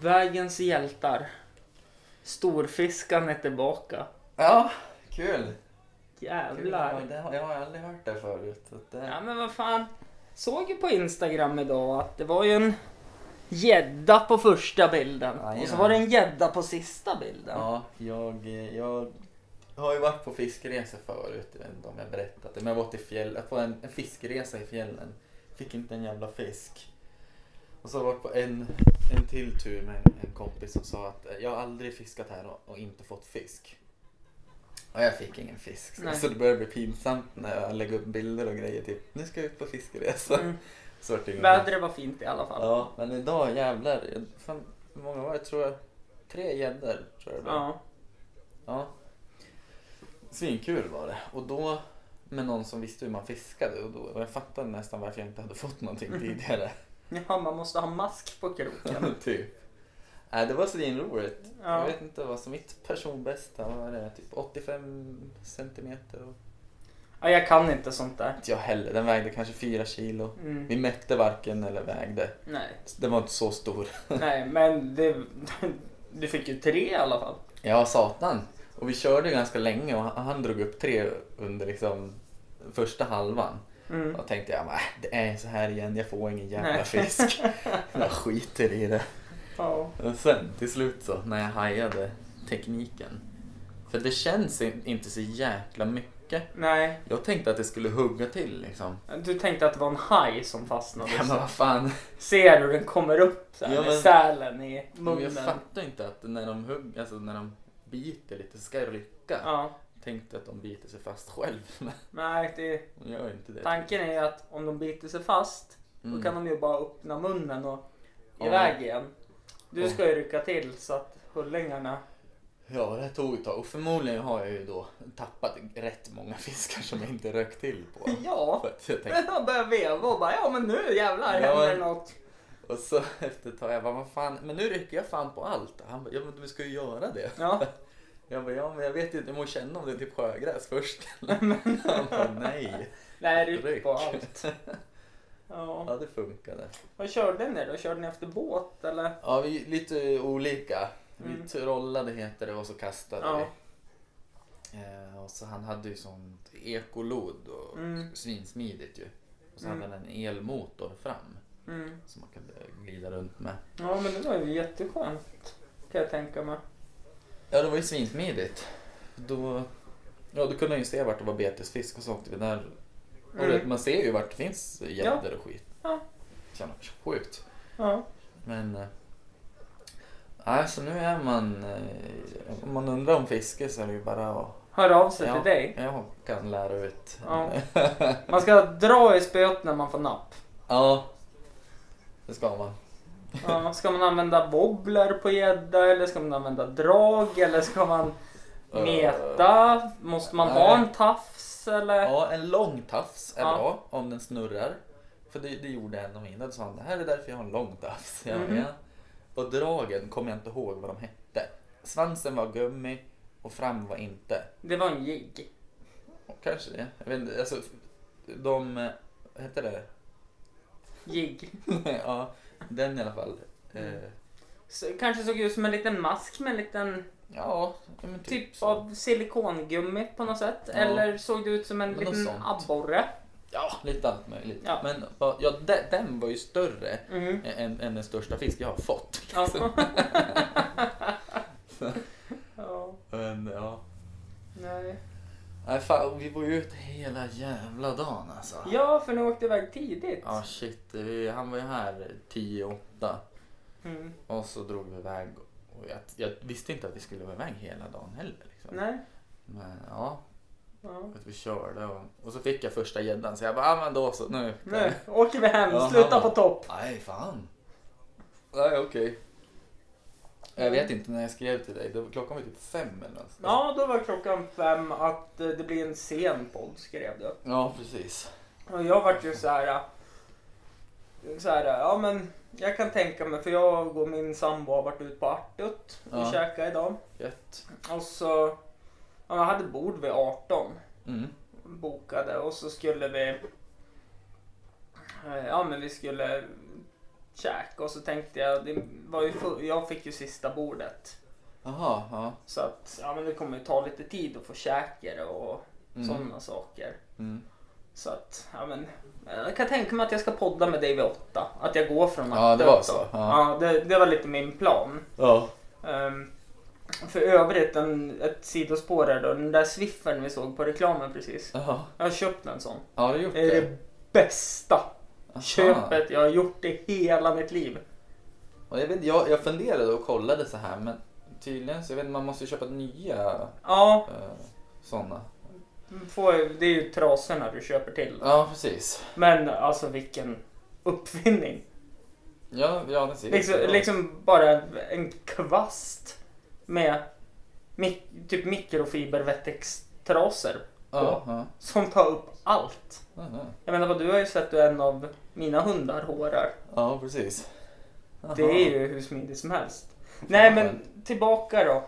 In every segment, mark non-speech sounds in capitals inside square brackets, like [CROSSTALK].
Vägens hjältar. Storfiskan är tillbaka. Ja, kul. kul. Ja, Jävlar. Det har, jag har aldrig hört det förut. Så att det... Ja men vad fan. Såg ju på Instagram idag att det var ju en gädda på första bilden. Ja, Och så ja. var det en gädda på sista bilden. Ja, jag, jag har ju varit på fiskeresa förut, jag vet inte om jag berättat det, men jag var till fjäll, jag var en, en fiskeresa i fjällen. Fick inte en jävla fisk. Och så har jag varit på en, en till tur med en, en kompis som sa att eh, jag har aldrig fiskat här och, och inte fått fisk. Och jag fick ingen fisk. Så, Nej. så det började bli pinsamt när jag lägger upp bilder och grejer. Typ, nu ska jag ut på fiskeresa. Mm. Så vart det ingen fisk. Vädret var fint i alla fall. Ja, men idag jävlar. jag- Fan, hur många var det? Tror jag, tre gäddor tror jag det blev. Ja. Ja. Svinkul var det. Och då med någon som visste hur man fiskade. Och, då, och jag fattade nästan varför jag inte hade [LAUGHS] fått någonting tidigare. ja, man måste ha mask på kroken. [LAUGHS] typ. Nej, det var svinroligt. Ja. Jag vet inte vad som mitt personbästa var. Det, typ 85 centimeter. Och... Ja, jag kan inte sånt där. Inte jag heller. Den vägde kanske fyra kilo. Mm. Vi mätte varken eller vägde. Nej. Så Den var inte så stor. Nej, men det, du fick ju tre i alla fall. Ja, satan. Och vi körde ju ganska länge och han, han drog upp tre under liksom första halvan. Mm. Då tänkte jag, "Nej, det är så här igen, jag får ingen jävla Nej. [LAUGHS] fisk. Jag skiter i det. Ja. Och sen till slut så, när jag hajade tekniken. För det känns in- inte så jäkla mycket. Nej, Jag tänkte att det skulle hugga till liksom. du tänkte att det var en haj som fastnade. Ja, [LAUGHS] men vad fan. Ser du den kommer upp så här, Ja, med men- sälen i Men jag munnen? fattar inte att när de hugger, alltså när de biter lite så ska jag rycka. Ja. Tänkte att de biter sig fast själv. [LAUGHS] Men Nej, det, de gör inte det. tanken är ju att om de biter sig fast Mm. då kan de ju bara öppna munnen och Ja. iväg igen. Du Ja. ska ju rycka till så att hullingarna... Ja, det här tog ett tag och förmodligen har jag ju då tappat rätt många [LAUGHS] fiskar som jag inte rök till på. [LAUGHS] Ja, För att jag tänkte, men de börjar veva och bara ja men nu jävlar Ja, händer men- något. och så efter ett tag, jag bara, vad fan, men nu rycker jag fan på allt. Han bara, ja men du ska ju göra det. Ja. Jag bara, ja men jag vet ju inte, jag måste känna om det är typ sjögräs först. [LAUGHS] Han bara, nej. Nej, ryck Ryck. på allt. [LAUGHS] Ja. Ja, det funkade. Vad körde ni då? Körde ni efter båt eller? Ja, vi är lite olika. Vi Mm. trollade heter det och så kastade Ja. vi. Eh, och så han hade ju sånt ekolod och Mm. svinsmidigt ju. Och så Mm. hade han en elmotor fram. Mm. som man kunde glida runt med. Ja men det var ju jätteskönt. Kan jag tänka mig. Ja, det var ju svinsmidigt. Då, ja, då kunde jag ju se vart det var betesfisk och så åkte vi där. Och Mm. det- Man ser ju vart det finns gäddor och skit. Ja. Känner sjukt. Ja. Men... eh, Nej, så nu är man... eh, Om man undrar om fiske så är det ju bara att... Hör av sig Ja, till dig. jag kan lära ut. Ja. Man ska dra i spöet när man får napp. [LAUGHS] ja. Det ska man. Ja, ska man använda wobbler på gädda eller ska man använda drag eller ska man Eh. meta? Måste man ha en tafs eller? Ja, en lång tafs är Ja. bra om den snurrar. För det, det gjorde en av mina. Då sa han, det här är därför jag har en lång tafs. Jag bara, Mhm. "Ja." Och dragen kommer jag inte ihåg vad de hette. Svansen var gummi och fram var inte. Det var en jigg. Och kanske det. Jag vet inte, alltså, de, eh, vad hette det? [LAUGHS] Jigg. ja, den i alla fall. Eh, Så, kanske såg ut som en liten mask med en liten Ja, ja, men typ, typ så. av silikongummi på något sätt. Ja. Eller såg det ut som en Men något liten sånt. abborre? Ja, lite allt möjligt. Ja. Men ja, ja, de- den var ju större Mm. än, än den största fisk jag har fått. [LAUGHS] Ja. Så. ja. Men, ja. Nej. Nej fan, vi var ju ute hela jävla dagen alltså. Ja, för ni åkte iväg tidigt. Ja shit, vi, han var ju här 10-8 Mm. och så drog vi iväg. Och jag, jag visste inte att vi skulle vara iväg hela dagen heller. Liksom. Nej. Men ja, Ja. att vi körde och, och så fick jag första gäddan så jag bara, ah, men då så, nu. Nu åker vi hem, Ja, sluta han på bara- topp. Nej fan. Nej okej. Jag vet inte när jag skrev till dig, det var, klockan var typ fem eller något. Ja, då var klockan fem att eh, det blir en sen podd skrev du. Ja precis. Och jag vart ju så här. eh, Så här, eh, ja men jag kan tänka mig för jag och min sambo har varit ut på Artut och Ja. käkat idag. Gött. Och så, ja, jag hade bord vid 18 Mm. bokade och så skulle vi, eh, ja men vi skulle käk och så tänkte jag, det var ju full, jag fick ju sista bordet. Jaha, ja. Så att ja, men det kommer ju ta lite tid att få käkar och Mm. sådana saker. Mm. Så att, ja men. Jag kan tänka mig att jag ska podda med dig vid åtta. Att jag går från Ja, att- det var så. Ja. Ja, det, det var lite min plan. Ja. Ehm, för övrigt, en, ett sidospår här då. Den där swiffern vi såg på reklamen precis. Jaha. Jag har köpt en sån. Ja, har du gjort Det är det det? bästa Aha. köpet jag har gjort i hela mitt liv. Och jag, vet, inte, jag, jag funderade och kollade så här men tydligen så jag vet inte, man måste ju köpa nya Ja, eh, sådana. får, ju- det är ju trasorna du köper till. Ja, precis. Men alltså vilken uppfinning. Ja, ja den ser Liksom, jättebra ut. liksom bara en kvast med mik- typ mikrofibervettextrasor Ja, ja. som tar upp allt. Ja, ja. Jag menar vad du har ju sett hur en av mina hundar hårar. ja precis. Det Aha. är ju hur smidigt som helst. Nej men tillbaka då.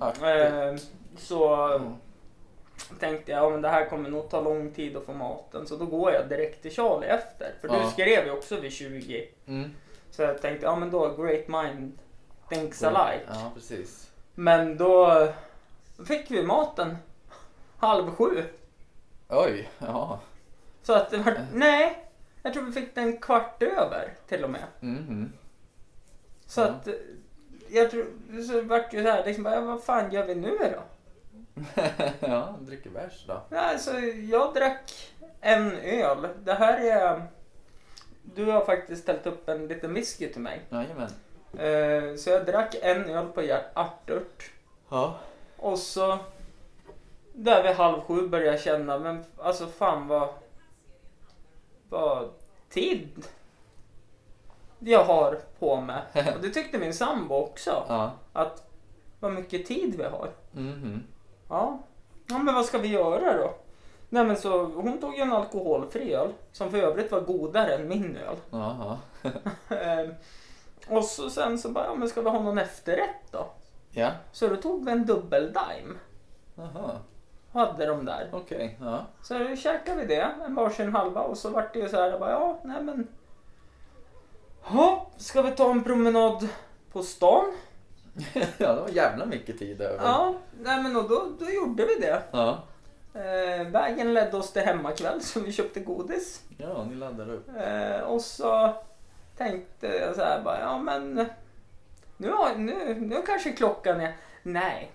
Ja, Eh, så ja. tänkte jag, ja men det här kommer nog ta lång tid att få maten. Så då går jag direkt till Charlie efter. För du Ja. skrev ju också vid 20. Mm. Så jag tänkte, ja men då, great mind thinks alike. Ja, precis. Men då fick vi maten halv sju. Oj, ja. Så att det var, nej, jag tror vi fick den kvart över till och med. Mhm. Så Ja. att eh, jag tror, så vart ju så här liksom, bara, ja, vad fan gör vi nu då? [LAUGHS] ja, dricker bärs då. Ja, Alltså jag drack en öl. Det här är, du har faktiskt ställt upp en liten whisky till mig. Jajamän. Eh, Så jag drack en öl på hjärtört. Ja. Och så där vid halv sju började jag känna, men alltså fan vad... Vad tid jag har på mig. Och det tyckte min sambo också. Ja. Att vad mycket tid vi har. Mhm. Ja. ja, men vad ska vi göra då? Nej men så hon tog ju en alkoholfri öl som för övrigt var godare än min öl. Jaha. Ehm, och så sen så bara, ja men ska vi ha någon efterrätt då? [LAUGHS] Ja. Så då tog vi en dubbeldime. Jaha. Hade de där. Okej. Ja. [LAUGHS] Så nu käkade vi det, en varsin halva och så vart det ju så här, jag bara, ja, nej men. Ja, ska vi ta en promenad på stan? ja, det var jävla mycket tid över. Ja, nej men och då, då gjorde vi det. Ja. Eh, vägen ledde oss till hemmakväll så vi köpte godis. Ja, ni laddar [LAUGHS] upp. Eh, och så tänkte jag så här bara, ja men nu, har, nu, nu kanske klockan är, nej,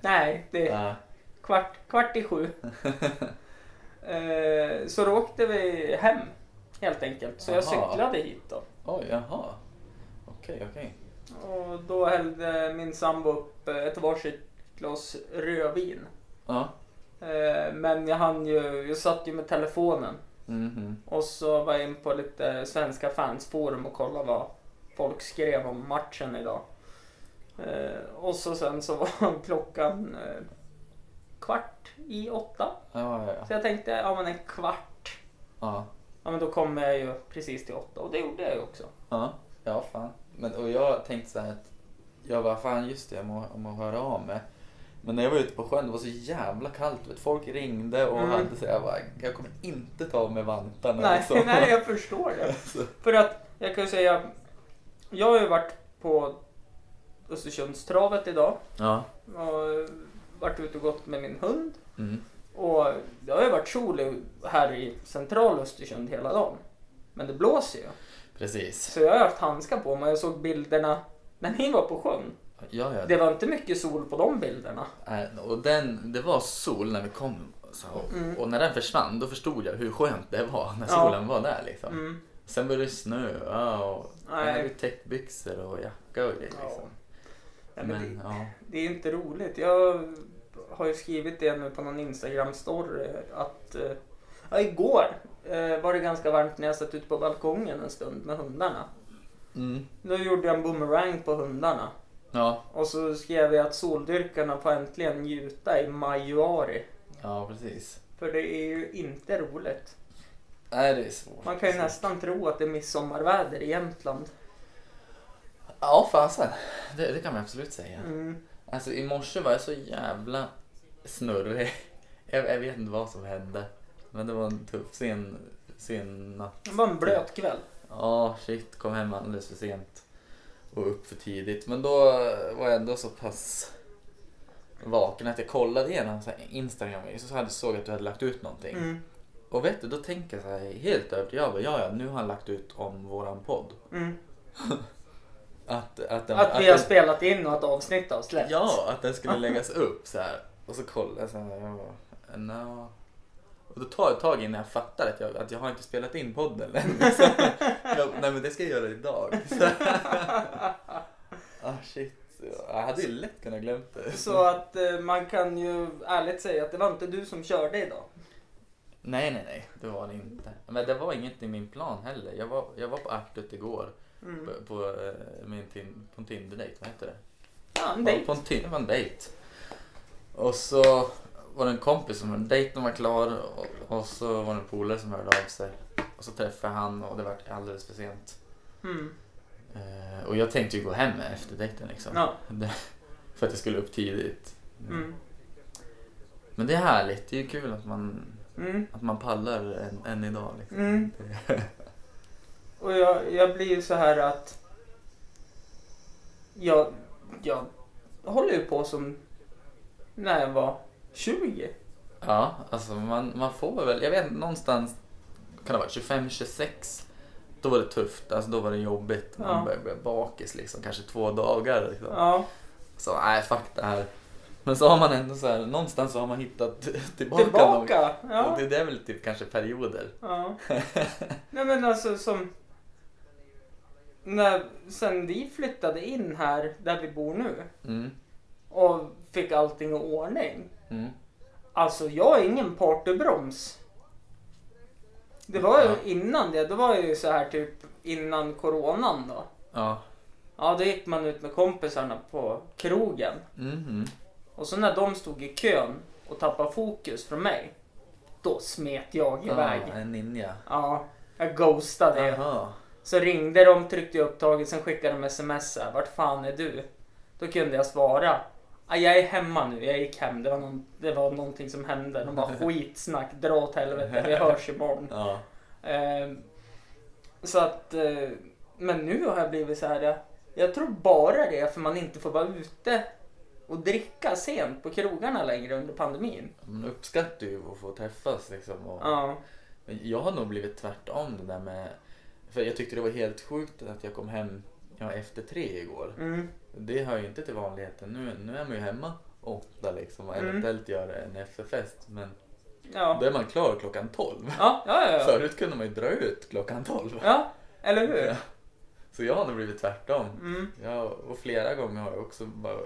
nej, det är ja. [LAUGHS] kvart, kvart i sju. Eh, så då åkte vi hem helt enkelt. Så jag Aha. cyklade hit då. Oj, jaha. Okej, okej. Och då hällde min sambo upp eh, ett varsitt glas rödvin. Ja. Eh, Men jag hann ju, jag satt ju med telefonen Mhm. och så var jag in på lite svenska fansforum och kollade vad folk skrev om matchen idag. Eh, Och så sen så [LAUGHS] var klockan eh, kvart i åtta. Ja, ja, ja. Så jag tänkte, ja men en kvart Ja. Ja men då kommer jag ju precis till åtta och det gjorde jag ju också. Ja, ja fan. Men, och jag tänkte så här att jag bara fan just det, jag må, jag må höra av mig. Men när jag var ute på sjön det var så jävla kallt. Vet, du. folk ringde och Mm. hade så jag bara, jag kommer inte ta av mig vantarna. Nej, liksom. [LAUGHS] nej jag förstår det. [LAUGHS] Så, För att jag kan ju säga, jag har ju varit på Östersundstravet idag ja. och varit ute och gått med min hund. Mm. Och det har ju varit sol här i central Östersund hela dagen. Men det blåser ju. Precis. Så jag har haft handskar på mig och jag såg bilderna när ni var på sjön. Ja, ja. Det var inte mycket sol på de bilderna. Nej, Eh, Och den, det var sol när vi kom. Så, Mm. Och när den försvann då förstod jag hur skönt det var när Ja. solen var där. Liksom. Mm. Sen började det snöa och Nej. jag hade täckbyxor och jacka och grejer. Ja. Liksom. Nej, men det- Men, ja. Det är inte roligt. Jag har ju skrivit det nu på någon Instagram-story att eh, ja, igår eh, var det ganska varmt när jag satt ute på balkongen en stund med hundarna. Mm. Då gjorde jag en boomerang på hundarna ja, och så skrev jag att soldyrkarna får äntligen njuta i majuari. ja precis. För det är ju inte roligt. Nej, det är svårt. Man kan ju nästan tro att det är midsommarväder i Jämtland. Ja, fasen. Det, det kan man absolut säga. Mm. Alltså i morse var jag så jävla snurrig. [LAUGHS] Jag, jag vet inte vad som hände. Men det var en tuff sen, sen natt. Det var en blöt kväll. Ja, shit, kom hem alldeles för sent och upp för tidigt. Men då var jag ändå så pass vaken att jag kollade igenom så här Instagram och så hade såg att du hade lagt ut någonting. Mm, Och vet du, då tänker jag så här helt övertygad. Jag bara, ja, ja, nu har han lagt ut om våran podd. mm. Att, att, den, Att vi har den- spelat in och att avsnitt har släppts. Ja, att [LAUGHS] den skulle läggas upp så här. Och så kollade jag så här. Jag bara, no. Och då tar det ett tag innan jag fattar att jag, att jag har inte spelat in podden än. [LAUGHS] Så jag, nej men det ska jag göra idag. Så. Ah shit. Jag hade ju lätt kunnat glömt det. Så att eh, man kan ju ärligt säga att det var inte du som körde idag. Nej nej nej, det var det inte. Men det var inget i min plan heller. Jag var, jag var på Artut igår. Mm. På, på, eh, min tin, på en Tinder-dejt, vad heter det? Ja, en Ja, dejt. På en timme var en dejt. Och så var det en kompis som hörde dejten var klar och, och så var det en polare som hörde av sig. Och så träffade han och det var alldeles för sent. Mm. Eh, och jag tänkte ju gå hem efter dejten liksom. Ja. Det, för att jag skulle upp tidigt. Mm. Men det är härligt, det är ju kul att man, Mm. att man pallar än, än idag. Liksom. Mm. [LAUGHS] Och jag, jag blir ju så här att jag, jag håller ju på som när jag var 20. Ja, alltså man, man får väl, jag vet inte, någonstans kan det vara 25-26. Då var det tufft, alltså då var det jobbigt. Man Ja. började bli bakis liksom, kanske två dagar. Liksom. Ja. Så nej, fuck det här. Men så har man ändå så här, någonstans så har man hittat [LAUGHS] tillbaka. någon- Tillbaka! Och Ja. det, det är väl typ kanske perioder. [LAUGHS] ja. Nej men alltså som... När, sen vi flyttade in här där vi bor nu Mm. och fick allting i ordning. Mm. Alltså jag är ingen partybroms. Det var Ja. ju innan det. Det var ju så här typ innan coronan då. Ja. Ja, då gick man ut med kompisarna på krogen. Mhm. Och så när de stod i kön och tappade fokus från mig. Då smet jag iväg. Ah, en ninja. Ja, jag ghostade ju. Jaha. Så ringde de, tryckte jag upptaget, sen skickade de sms här. Vart fan är du? Då kunde jag svara. "Ah, Jag är hemma nu, jag gick hem. Det var, någon, det var någonting som hände. De bara skitsnack, dra åt helvete, vi hörs imorgon. Ja. Eh, så att, eh, men nu har jag blivit så här. eh, Jag tror bara det är för man inte får vara ute och dricka sent på krogarna längre under pandemin. Man uppskattar ju att få träffas liksom. Och... Ja, Men Jag har nog blivit tvärtom det där med... För jag tyckte det var helt sjukt att jag kom hem ja, efter tre igår. mm, Det hör ju inte till vanligheten. Nu, nu är man ju hemma åtta liksom och Mm. eventuellt gör en efterfest. Men ja. då är man klar klockan tolv. Ja, ja, ja, ja. Förut kunde man ju dra ut klockan tolv. ja eller hur? Ja. Så jag har nog blivit tvärtom. Mm, Ja, och flera gånger har jag också bara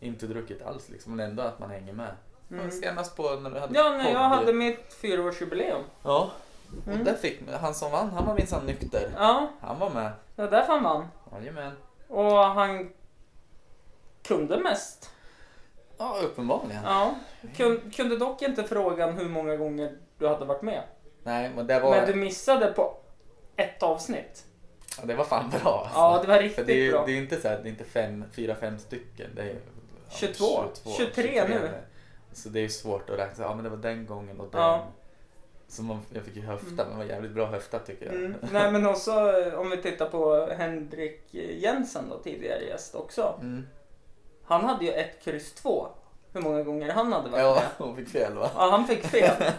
inte druckit alls liksom. Men ändå att man hänger med. mm. Senast på när du hade Ja, när jag podd. hade mitt fyraårsjubileum. Ja, och Mm. där fick han som vann, han var minsann nykter. Ja, Han var med. det var därför han vann. Jajamän. Och han kunde mest. Ja, uppenbarligen. Ja. Kun, kunde dock inte frågan hur många gånger du hade varit med. Nej, men det var, Men du missade på ett avsnitt. ja, det var fan bra. alltså. Ja, det var För riktigt det är ju bra. det är inte så här, det är inte fem, fyra, fem stycken. Det är, ju- ja, 22, 23 nu. Så det är ju svårt att räkna. Ja, men det var den gången och den. Ja. Så man, jag fick ju höfta, men det var jävligt bra höfta tycker jag. Mm. Nej men också eh, om vi tittar på Henrik Jensen då, tidigare gäst också. [LAUGHS] Mm. Han hade ju ett kryss två. Hur många gånger han hade varit Ja, med. [LAUGHS] hon fick fel va? Ja, han fick [LAUGHS] fel.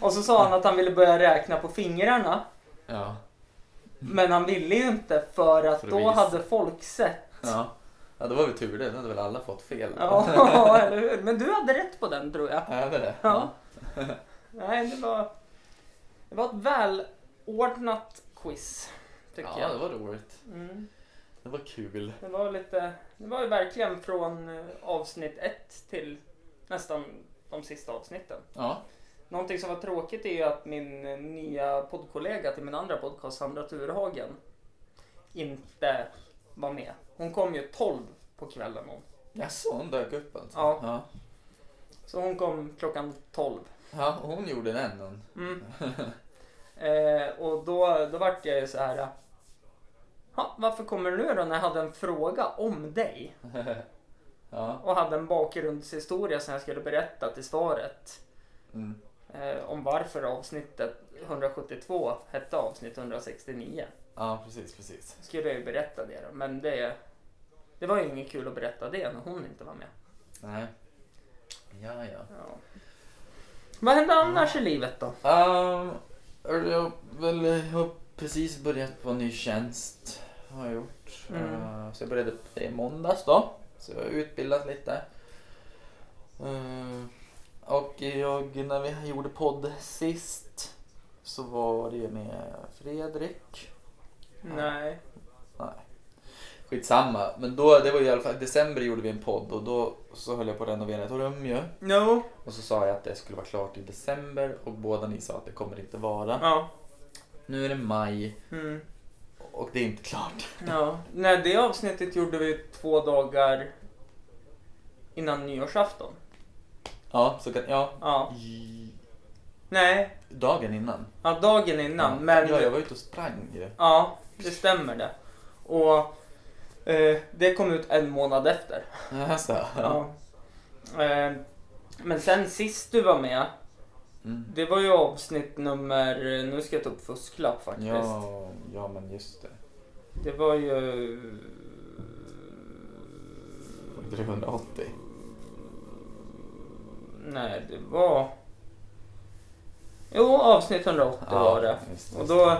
Och så sa han att han ville börja räkna på fingrarna. Ja. Men han ville ju inte för att För att då visa. hade folk sett. Ja. ja, då var vi tur det. Då hade väl alla fått fel. [LAUGHS] Ja, [LAUGHS] eller hur? Men du hade rätt på den tror jag. Ja, det är det. Ja. Nej, det var, det var ett välordnat quiz. Tycker Ja, det jag. var roligt. Mm. Det var kul. Det var lite, det var ju verkligen från eh, avsnitt ett till nästan de sista avsnitten. Ja. Någonting som var tråkigt är ju att min eh, nya poddkollega till min andra podcast, Sandra Turhagen, inte var med. Hon kom ju 12 på kvällen hon. Jaså, hon dök upp alltså? Ja. Ja, Så hon kom klockan 12. ja och hon gjorde den. Hon. Mm. [LAUGHS] Eh, och då, då vart jag ju så här. eh, "Ha, varför kommer du nu då när jag hade en fråga om dig? ja. Och hade en bakgrundshistoria som jag skulle berätta till svaret. Mm. eh, om varför avsnittet 172 hette avsnitt 169. Ja, precis, precis. Skulle jag ju berätta det då, men det, det var ju inget kul att berätta det när hon inte var med. Nej. Ja, ja. Ja. Vad hände annars i livet då? Um, jag väl, jag har precis börjat på en ny tjänst. Har jag gjort. Mm. Eh, så jag började på det i måndags då. Så jag har utbildat lite. Eh, och jag, när vi gjorde podd sist så var det ju med Fredrik. Nej. Skitsamma, men då, det var ju i alla fall i december gjorde vi en podd och då så höll jag på att renovera ett rum ju. No. Och så sa jag att det skulle vara klart i december och båda ni sa att det kommer inte vara. Ja. Nu är det maj Mm. och det är inte klart. [LAUGHS] Ja. Nej, det avsnittet gjorde vi två dagar innan nyårsafton. Ja, så kan, ja. Ja. I, Nej, dagen innan. ja, dagen innan. ja. Men ja, jag var ute och sprang ju. [LAUGHS] Ja, det stämmer det. Och eh, det kom ut en månad efter. Alltså, ja. Ja. Eh, men sen sist du var med, Mm. det var ju avsnitt nummer, nu ska jag ta upp fusklapp faktiskt. Ja, ja, men just det. Det var ju... Det är 180. Nej, det var... Jo, avsnitt 180 var det. Just, Och just då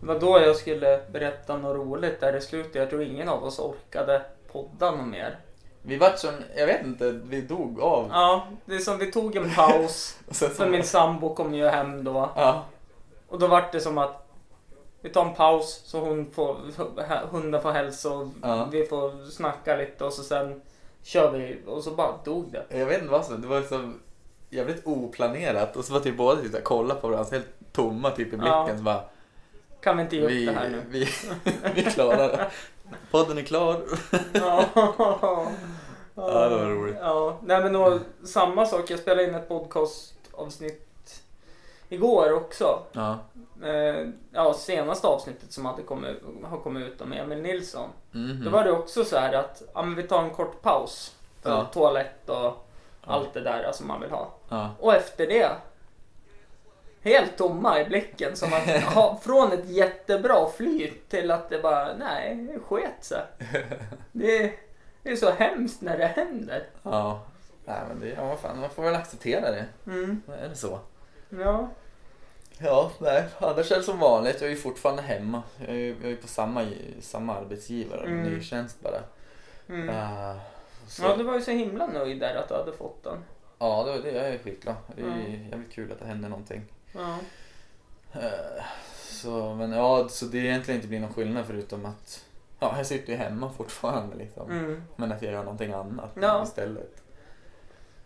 det var då jag skulle berätta något roligt där i slutet. Jag tror ingen av oss orkade podda något mer. Vi vart som, jag vet inte, vi dog av. Ja, det är som vi tog en paus. Och sen så- För min sambo kom ju hem då. Ja, Och då vart det som att vi tar en paus så hon får, hunden får hälsa och Ja. vi får snacka lite och så sen kör vi och så bara dog det. jag vet inte vad som, det var liksom jävligt oplanerat. Och så var typ båda typ såhär, kolla på varandra, så helt tomma typ i blicken. Ja. Så bara, Kan vi inte ge upp vi, det här nu? vi, [LAUGHS] vi klarar det. Podden är klar. Ja. Ja, det var roligt. Ja. Nej men och, samma sak, jag spelade in ett podcastavsnitt igår också. Ja. Eh, ja, senaste avsnittet som hade kommit, har kommit ut om Emil Nilsson. Mhm. Då var det också så här att ja, men vi tar en kort paus för Ja. toalett och allt det där som man vill ha. Ja. Och efter det, helt tomma i blicken. Som [LAUGHS] att ha, från ett jättebra flyt till att det bara, nej, det sket [LAUGHS] sig. Det, det är så hemskt när det händer. Ja. Nej men det, ja, vad fan, man får väl acceptera det. Mm, Vad Är det så? ja. Ja, nej. Annars är det som vanligt. Jag är ju fortfarande hemma. Jag är ju jag är på samma, samma arbetsgivare, Mm. ny tjänst bara. Mm. Ah, så, Ja, du var ju så himla nöjd där att du hade fått den. ja, det, det, jag är skitglad. Det är Mm. jävligt kul att det händer någonting. Ja. Eh, så, men ja, så det är egentligen inte blir någon skillnad förutom att ja, jag sitter ju hemma [LAUGHS] fortfarande liksom. Mm. Men att jag gör någonting annat Ja. istället.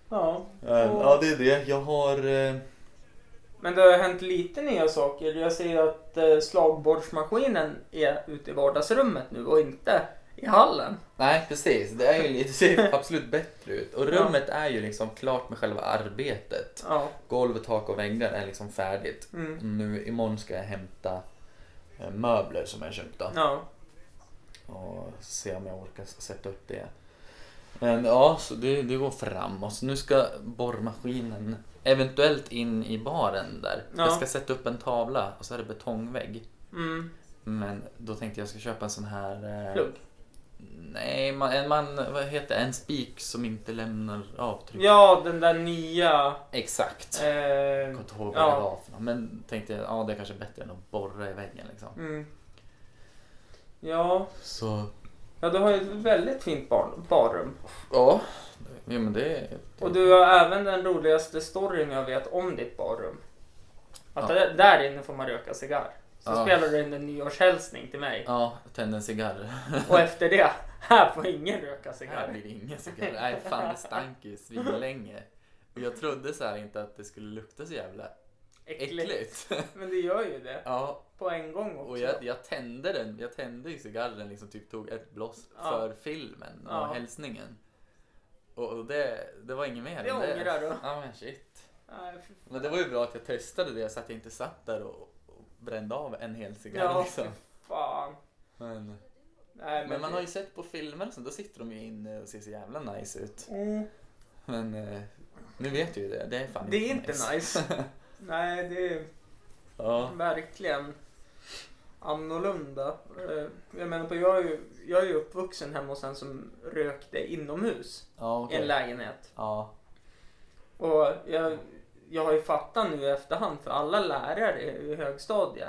ja. Eh, ja, det är det. Jag har... eh, Men det har hänt lite nya saker. Jag ser att eh, slagbordsmaskinen är ute i vardagsrummet nu och inte i hallen. Nej precis, det, är ju, lite- [LAUGHS] det ser absolut bättre ut. Och rummet är ju liksom klart med själva arbetet. Ja. Golv, tak och väggar är liksom färdigt. Mm. Nu imorgon ska jag hämta eh, möbler som jag köpt då. Ja. Och se om jag orkar s- sätta upp det. Men ja, så det, det går framåt. Så nu ska borrmaskinen eventuellt in i baren där. Ja. Jag ska sätta upp en tavla och så är det betongvägg. Mm. Men då tänkte jag ska köpa en sån här... eh, Plugg. Nej, man, en man, vad heter det? En spik som inte lämnar avtryck. Ja, den där nya... Exakt. Jag Eh, kommer inte ihåg vad Ja. det var för något. Men tänkte jag, ja det är kanske är bättre än att borra i väggen liksom. mm. Ja, Så, ja, du har ju ett väldigt fint barn, barrum. ja. Jo men det... Och du har även den roligaste storyn jag vet om ditt barrum. Att Ja. där- där inne får man röka cigarr. Så Ja. spelar du in en nyårshälsning till mig. Ja, tände en cigarr. Och efter det, här får ingen röka Här cigarr. blir det ingen cigarr. Nej fan det stank ju svinlänge. Och jag trodde så här inte att det skulle lukta så jävla Äckligt. äckligt. Men det gör ju det. [LAUGHS] Ja, På en gång också. och jag, jag tände den. Jag tände ju cigarren liksom typ tog ett blås Ja. för filmen och Ja. hälsningen. Och, och det, det var inget mer. Det än ångrar du. Ja men shit. Nej, fy fan. Men det var ju bra att jag testade det så att jag inte satt där och, och brände av en hel cigarr Ja, liksom. fy fan. Men, Nej, men man det- har ju sett på filmer och sånt, då sitter de ju inne och ser så jävla nice ut. Mm. Men eh, nu vet du ju det. Det är fan [LAUGHS] Det är inte nice. Nej, det är... Ja. verkligen annorlunda. Eh, Jag menar på, jag är ju, jag är ju uppvuxen hemma hos en som rökte inomhus Ja, i en okej. lägenhet. Ja. Och jag, jag har ju fattat nu i efterhand för alla lärare i högstadiet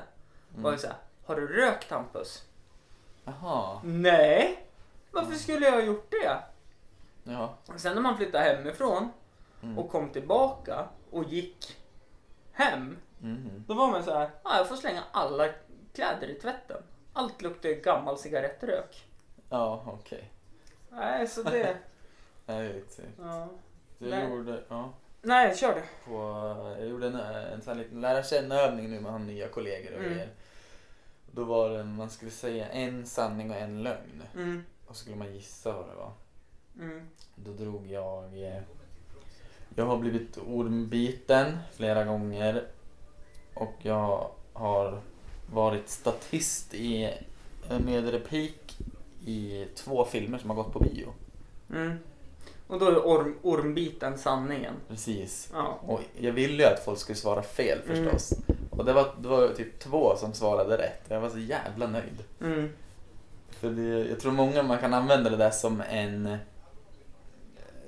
var ju Mm. såhär, har du rökt Hampus? Jaha. Nej, varför skulle jag ha gjort det? Ja. Sen när man flyttade hemifrån Mm. och kom tillbaka och gick hem Mhm. Då var man så här, ah, jag får slänga alla kläder i tvätten. Allt luktar ju gammal cigarettrök. Ja, okej. Nej, så det... Jag vet inte. ja. Jag Nej. typ- gjorde, ja, Nej, kör du. på, jag gjorde en, en sån här liten lära känna-övning nu med han nya kollegor och Mm. grejer. Då var det, man skulle säga en sanning och en lögn. Mm, Och så skulle man gissa vad det var. mm, Då drog jag... eh, Jag har blivit ormbiten flera gånger. Och jag har varit statist i, med replik i två filmer som har gått på bio. mm. Och då är orm, ormbiten sanningen. Precis. Mm. Ja. Och jag ville ju att folk skulle svara fel förstås. Och det var, det var typ två som svarade rätt. Jag var så jävla nöjd. Mm, För det, jag tror många man kan använda det där som en... eh,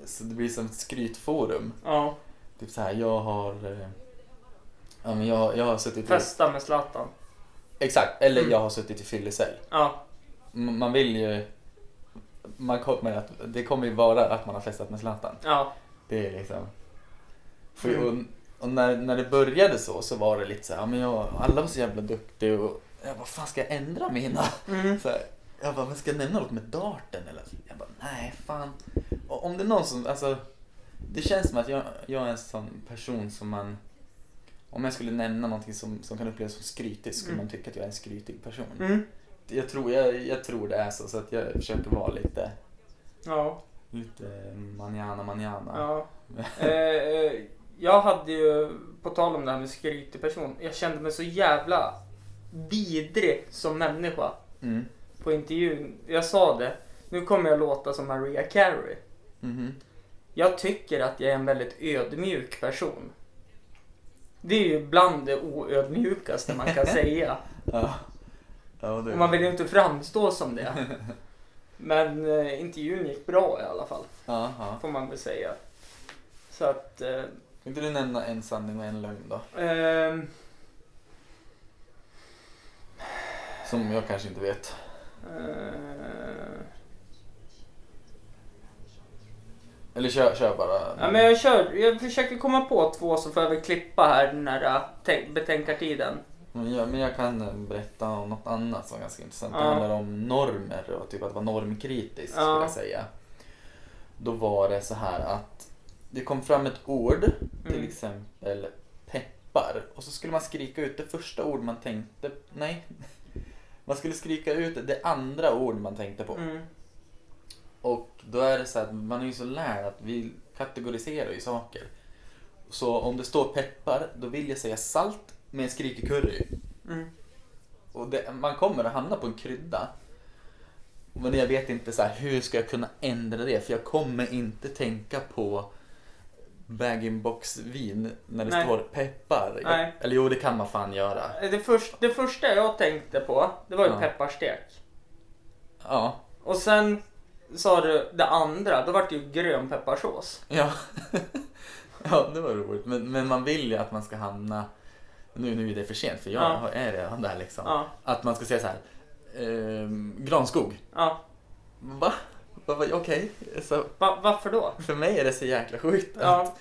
Så det blir som ett skrytforum. ja. Typ så här, jag har... eh, Ja, men jag, jag har suttit i, Festa med Zlatan. Exakt, eller Mm. jag har suttit i fyllecell. Ja. M- Man vill ju... Man kommer att, det kommer ju vara att man har festat med Zlatan. Ja. Det är liksom... För, Mm. Och, och när, när det började så, så var det lite så här, ja, men jag, alla var så jävla duktiga och jag bara, fan ska jag ändra mina? Mm, Så här, jag bara, men ska jag nämna något med darten eller? Jag bara, nej fan. Och om det är någon som, alltså. Det känns som att jag, jag är en sån person som man. Om jag skulle nämna någonting som, som kan upplevas som skrytigt skulle Mm. man tycka att jag är en skrytig person. mm. Jag, tror, jag, jag tror det är så, så att jag försöker vara lite, Ja. lite manjana manjana. ja. Eh, eh, jag hade ju, på tal om det här med skrytig person, jag kände mig så jävla vidrig som människa. Mm. på intervjun, jag sa det, nu kommer jag låta som Maria Carey. Mhm. Jag tycker att jag är en väldigt ödmjuk person. Det är ju bland det oödmjukaste man [LAUGHS] kan säga. Ja. Ja, det Och man vill ju inte framstå som det. Men eh, intervjun gick bra i alla fall, Ja, ja. får man väl säga. Så att... Eh, Kan inte du nämna en sanning och en lögn då? ehm, Som jag kanske inte vet. eh, Eller kör, kör bara. ja, men jag, kör, jag försöker komma på två så får jag väl klippa här nära te- betänkartiden. Men jag, men jag kan eh, berätta om något annat som är ganska intressant. Det Ja. handlar om normer och typ att vara normkritisk Ja. skulle jag säga. Då var det så här att det kom fram ett ord, till Mm. exempel peppar. Och så skulle man skrika ut det första ord man tänkte, nej. Man skulle skrika ut det andra ord man tänkte på. Mm, Och då är det så att man är ju så lärd att vi kategoriserar ju saker. Så om det står peppar, då vill jag säga salt med en skrikig curry. mm, Och det, man kommer att hamna på en krydda. Men jag vet inte så här, hur ska jag kunna ändra det? För jag kommer inte tänka på bag-in-box vin när det Nej. står peppar. Jag, Nej. Eller jo, det kan man fan göra. Det, först, det första jag tänkte på, det var ju Ja. pepparstek. Ja, Och sen sa du det andra, då vart det ju grönpepparsås. ja. [LAUGHS] ja det var roligt. Men, men man vill ju att man ska hamna... Nu, nu är det för sent för jag Ja. har- är redan där liksom. Ja, Att man ska säga så här. Ehm, granskog. ja. Va? Va, va Okej. Så Va, varför då? För mig är det så jäkla sjukt att Ja,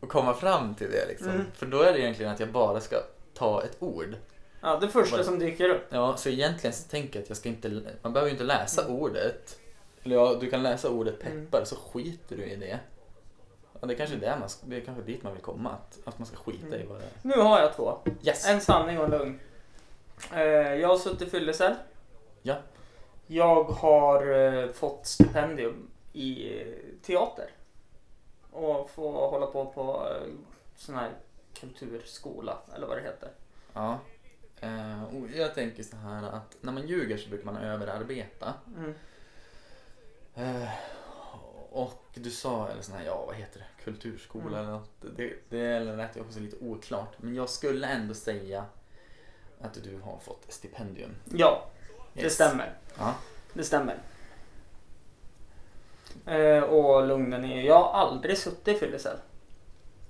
och komma fram till det liksom. Mm. För då är det egentligen att jag bara ska ta ett ord. ja, det första som dyker upp. Ja, så egentligen så tänker jag att jag ska inte, man behöver ju inte läsa Mm. ordet. Eller ja, du kan läsa ordet peppar så skiter du i det. Ja, det är kanske är det man, det är kanske dit man vill komma, att, att man ska skita Mm. i vad det är. Nu har jag två. Yes! En sanning och en lögn. Eh, jag har suttit i fyllecell. Ja. Jag har eh, fått stipendium i eh, teater. Och får hålla på på eh, sån här kulturskola, eller vad det heter. Ja. Eh, och jag tänker så här att när man ljuger så brukar man överarbeta. Mm. Eh, och du sa, eller sån här, ja vad heter det, kulturskola Mm. eller något. Det, det lät ju också lite oklart. Men jag skulle ändå säga att du har fått stipendium. Ja, det Yes. stämmer. Ja. Det stämmer. Eh, och lugnen är Jag har aldrig suttit i fyllecell.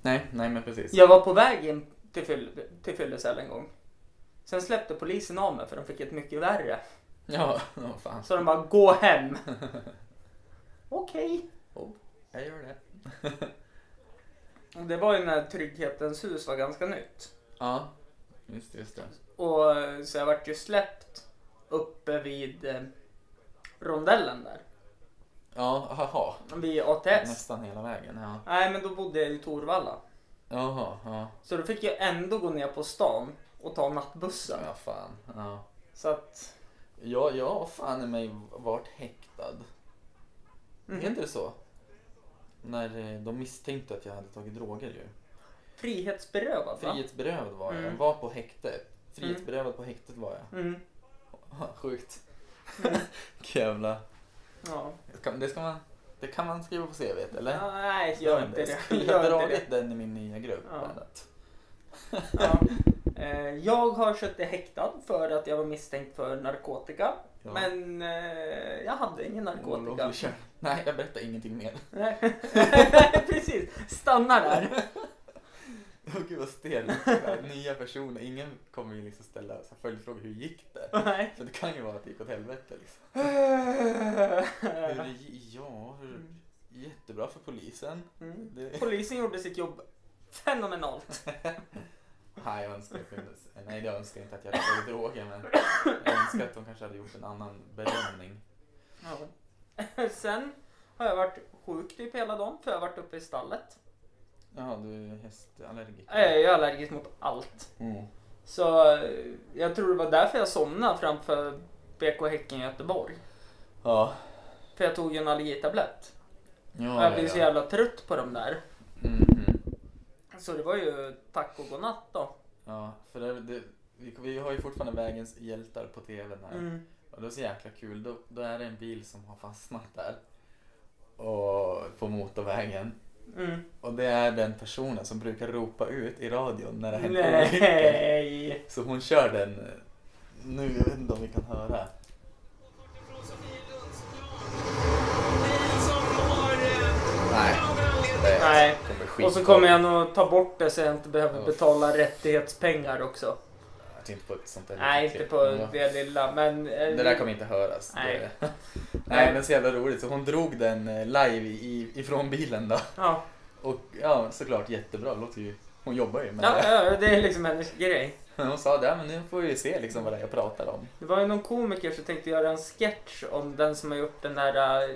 Nej, nej men precis. Jag var på väg in till, fyll, till fyllecell en gång. Sen släppte polisen av mig för de fick ett mycket värre. Ja, [LAUGHS] oh, fan. Så de bara, gå hem! Okej. Jag gör det. Och Det var ju när Trygghetens hus var ganska nytt. Ja, just det, just det. Och eh, Så jag vart ju släppt uppe vid eh, rondellen där. Ja, haha. Vid ATS. Nästan hela vägen, ja. Nej, men då bodde jag i Torvalla. Jaha, ja. Så då fick jag ändå gå ner på stan och ta nattbussen. Ja, fan. Ja. Så att... Ja, jag har fan i mig varit häktad. Mhm. mm. Är inte det så? När eh, de misstänkte att jag hade tagit droger ju. Frihetsberövad va? Frihetsberövad var jag. Mm. Var på häktet. Frihetsberövad på häktet var jag. [LAUGHS] Mm. Sjukt. [LAUGHS] Jävla. Ja. Det ska- Det, ska man, det kan man skriva på CVt eller? Ja, nej, gör inte det. Skulle jag Gör inte dragit det. den i min nya grupp? Ja. men att- Ja. Eh, Jag har suttit häktad för att jag var misstänkt för narkotika. Ja. Men eh, jag hade ingen narkotika. Olovlig kör- Nej, jag berättar ingenting mer. Nej. [LAUGHS] Precis, stanna där. [LAUGHS] Åh gud vad [LAUGHS] stel. Sådär, Nya personer. Ingen kommer ju liksom ställa så här följdfrågor. Hur gick det? Nej. Så det kan ju vara att det gick åt helvete liksom. Hur, det gi- ja, hur, Mm. jättebra för polisen. Mm. [LAUGHS] Det, Polisen gjorde sitt jobb fenomenalt. nej, jag önskar, jag kunde, nej, jag önskar inte att jag hade tagit droger [LAUGHS] men jag önskar att de kanske hade gjort en annan bedömning. Ja. [LAUGHS] Sen har jag varit sjuk typ hela dagen för jag har varit uppe i stallet. Jaha, du är hästallergiker? Jag är ju allergisk mot allt. Mm. Så eh, jag tror det var därför jag somnade framför BK Häcken i Göteborg. Ja. För jag tog ju en allergitablett. Ja, Och jag blev ja, så ja. jävla trött på dem där. Mhm. Så det var ju tack och godnatt då. Ja, för det, det, vi, vi har ju fortfarande Vägens hjältar på tvn här. Mm. Och det är så jäkla kul. Då, då är det en bil som har fastnat där. Och på motorvägen. Mm. Och det är den personen som brukar ropa ut i radion när det händer olyckor. Nej! Så hon kör den eh, nu. Jag vet inte om vi kan höra. Nej. Det Nej. kommer skit. Och så kommer jag nog ta bort det så jag inte behöver Ja. betala rättighetspengar också. Jag tänkte på ett sånt där Nej, litet inte klipp. på Men vad- det lilla men... eh, Det där kommer inte höras. Nej. Det... [LAUGHS] Nej men så jävla roligt. Så hon drog den eh, live i, ifrån bilen då. Ja. Och ja såklart jättebra. Låter ju... Hon jobbar ju med Ja, det. ja, det är liksom hennes grej. Men hon sa det, "Ja, men nu får vi ju se liksom vad det är jag pratar om. Det var ju någon komiker som tänkte göra en sketch om den som har gjort den där eh,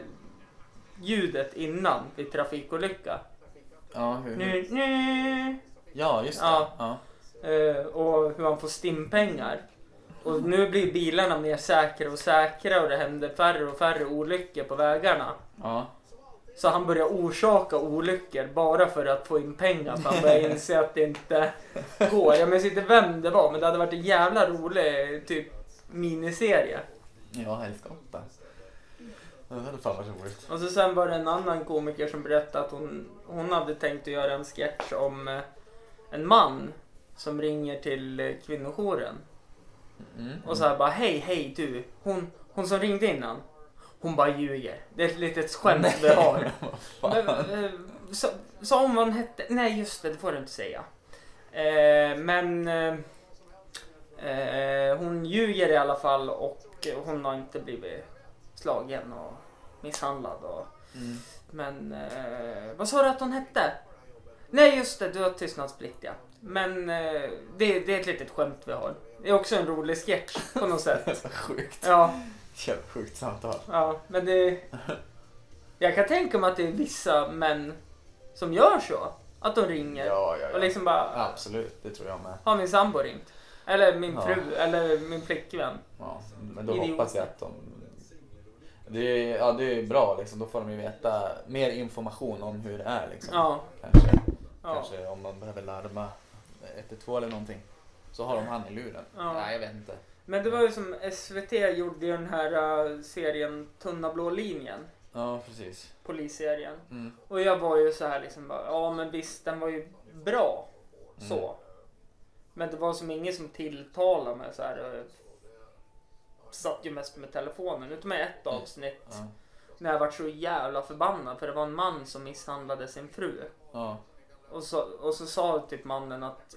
ljudet innan vid trafikolycka. Ja, hur... Nu, nu. ja just det. Ja. Ja. Eh, och hur han får stimpengar. Och nu blir bilarna mer säkra och säkra och det händer färre och färre olyckor på vägarna. Ja. Så han börjar orsaka olyckor bara för att få in pengar för han börjar inse att det inte går. Jag minns inte vem det var men det hade varit en jävla rolig typ miniserie. Ja, helskotta. Det hade fan varit roligt. Och så sen var det en annan komiker som berättade att hon, hon hade tänkt att göra en sketch om eh, en man som ringer till eh, kvinnojouren. Mm. Och så här bara hej hej du, hon, hon som ringde innan. Hon bara ljuger. Det är ett litet skämt vi har. [LAUGHS] Vad fan. Men, eh, Sa sa hon vad hon hette? Nej just det, det får du inte säga. Eh, men eh, eh, hon ljuger i alla fall och hon har inte blivit slagen och misshandlad. Och, Mm. [LAUGHS] men eh, vad sa du att hon hette? Nej just det, du har tystnadsplikt ja. Men eh, det, det är ett litet skämt vi har. Det är också en rolig sketch på något [LAUGHS] sätt. Så sjukt. Ja, Jävla sjukt samtal. ja, men det... Jag kan tänka mig att det är vissa män som gör så. Att de ringer Ja, ja, och ja. liksom bara, Absolut, det tror jag med. har min sambo ringt? Eller min Ja. fru, eller min flickvän. Ja, Mm. men då Idioter. hoppas jag att de... Det är, ja, det är ju bra liksom. Då får de ju veta mer information om hur det är liksom. Ja, Kanske, ja. kanske om man behöver larma 112 eller någonting. Så har de han i luren. Ja. Nej, jag vet inte. Men det var ju som SVT gjorde ju den här äh, serien Tunna blå linjen, Ja, precis. polisserien. Mm. Och jag var ju så här liksom bara, ja men visst den var ju bra. Så. Men det var som ingen som tilltalade mig så här. Jag satt ju mest med telefonen. Utom i ett avsnitt Ja. när jag var så jävla förbannad för det var en man som misshandlade sin fru. Ja. Och så, och så sa typ mannen att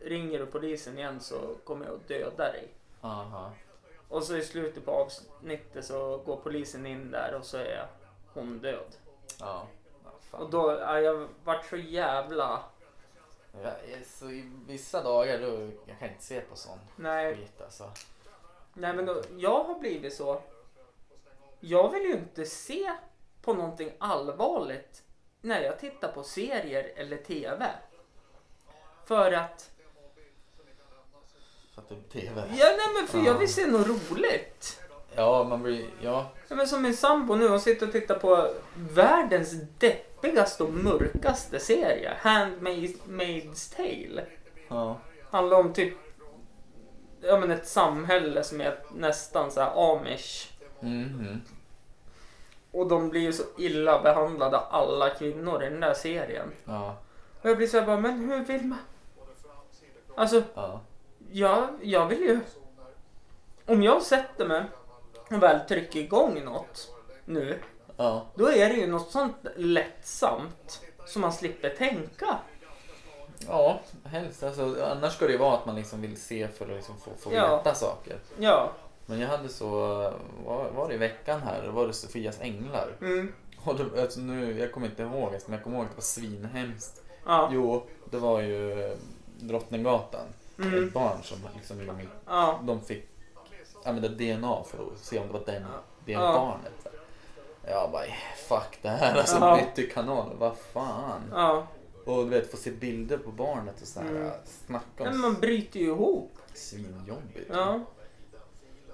ringer du polisen igen så kommer jag att döda dig. Aha. Och så i slutet på avsnittet så går polisen in där och så är hon död. Ja. Ja, Och fan. då, ja, jag vart så jävla... Jag är så i vissa dagar då, jag kan inte se på sån Nej, skit alltså. nej men då, jag har blivit så. Jag vill ju inte se på någonting allvarligt när jag tittar på serier eller TV. För att, För att det är TV. ja nej men för jag vill se något roligt. Ja, man blir, ja. Ja, men som min sambo nu, hon sitter och tittar på världens deppigaste och mörkaste serie. Handmaid's Tale. Ja. Handlar om typ ja, men ett samhälle som är nästan så här amish. Mhm. Och de blir ju så illa behandlade alla kvinnor i den där serien. Ja. Och jag blir så här bara, men hur vill man? Alltså, Ja. jag, jag vill ju... Om jag sätter mig och väl trycker igång något nu Ja. Då är det ju något sånt lättsamt som man slipper tänka. Ja, helst. Alltså, annars ska det ju vara att man liksom vill se för att liksom få, få Ja. veta saker. Ja. Men jag hade så, var, var det i veckan här, var det Sofias änglar? Mm. Och det, alltså nu, jag kommer inte ihåg, men jag kommer ihåg att det var svinhemskt. Ja. Jo, det var ju eh, Drottninggatan. Mm. Ett barn som liksom, de- Ja. de fick använda DNA för att se om det var den, det Ja. barnet. Jag bara, fuck det här alltså, Ja. bytte kanal, vad fan. Ja. Och du vet, få se bilder på barnet och sådär. Mm. Snacka Men om man bryter ju ihop. svinjobbigt. Ja.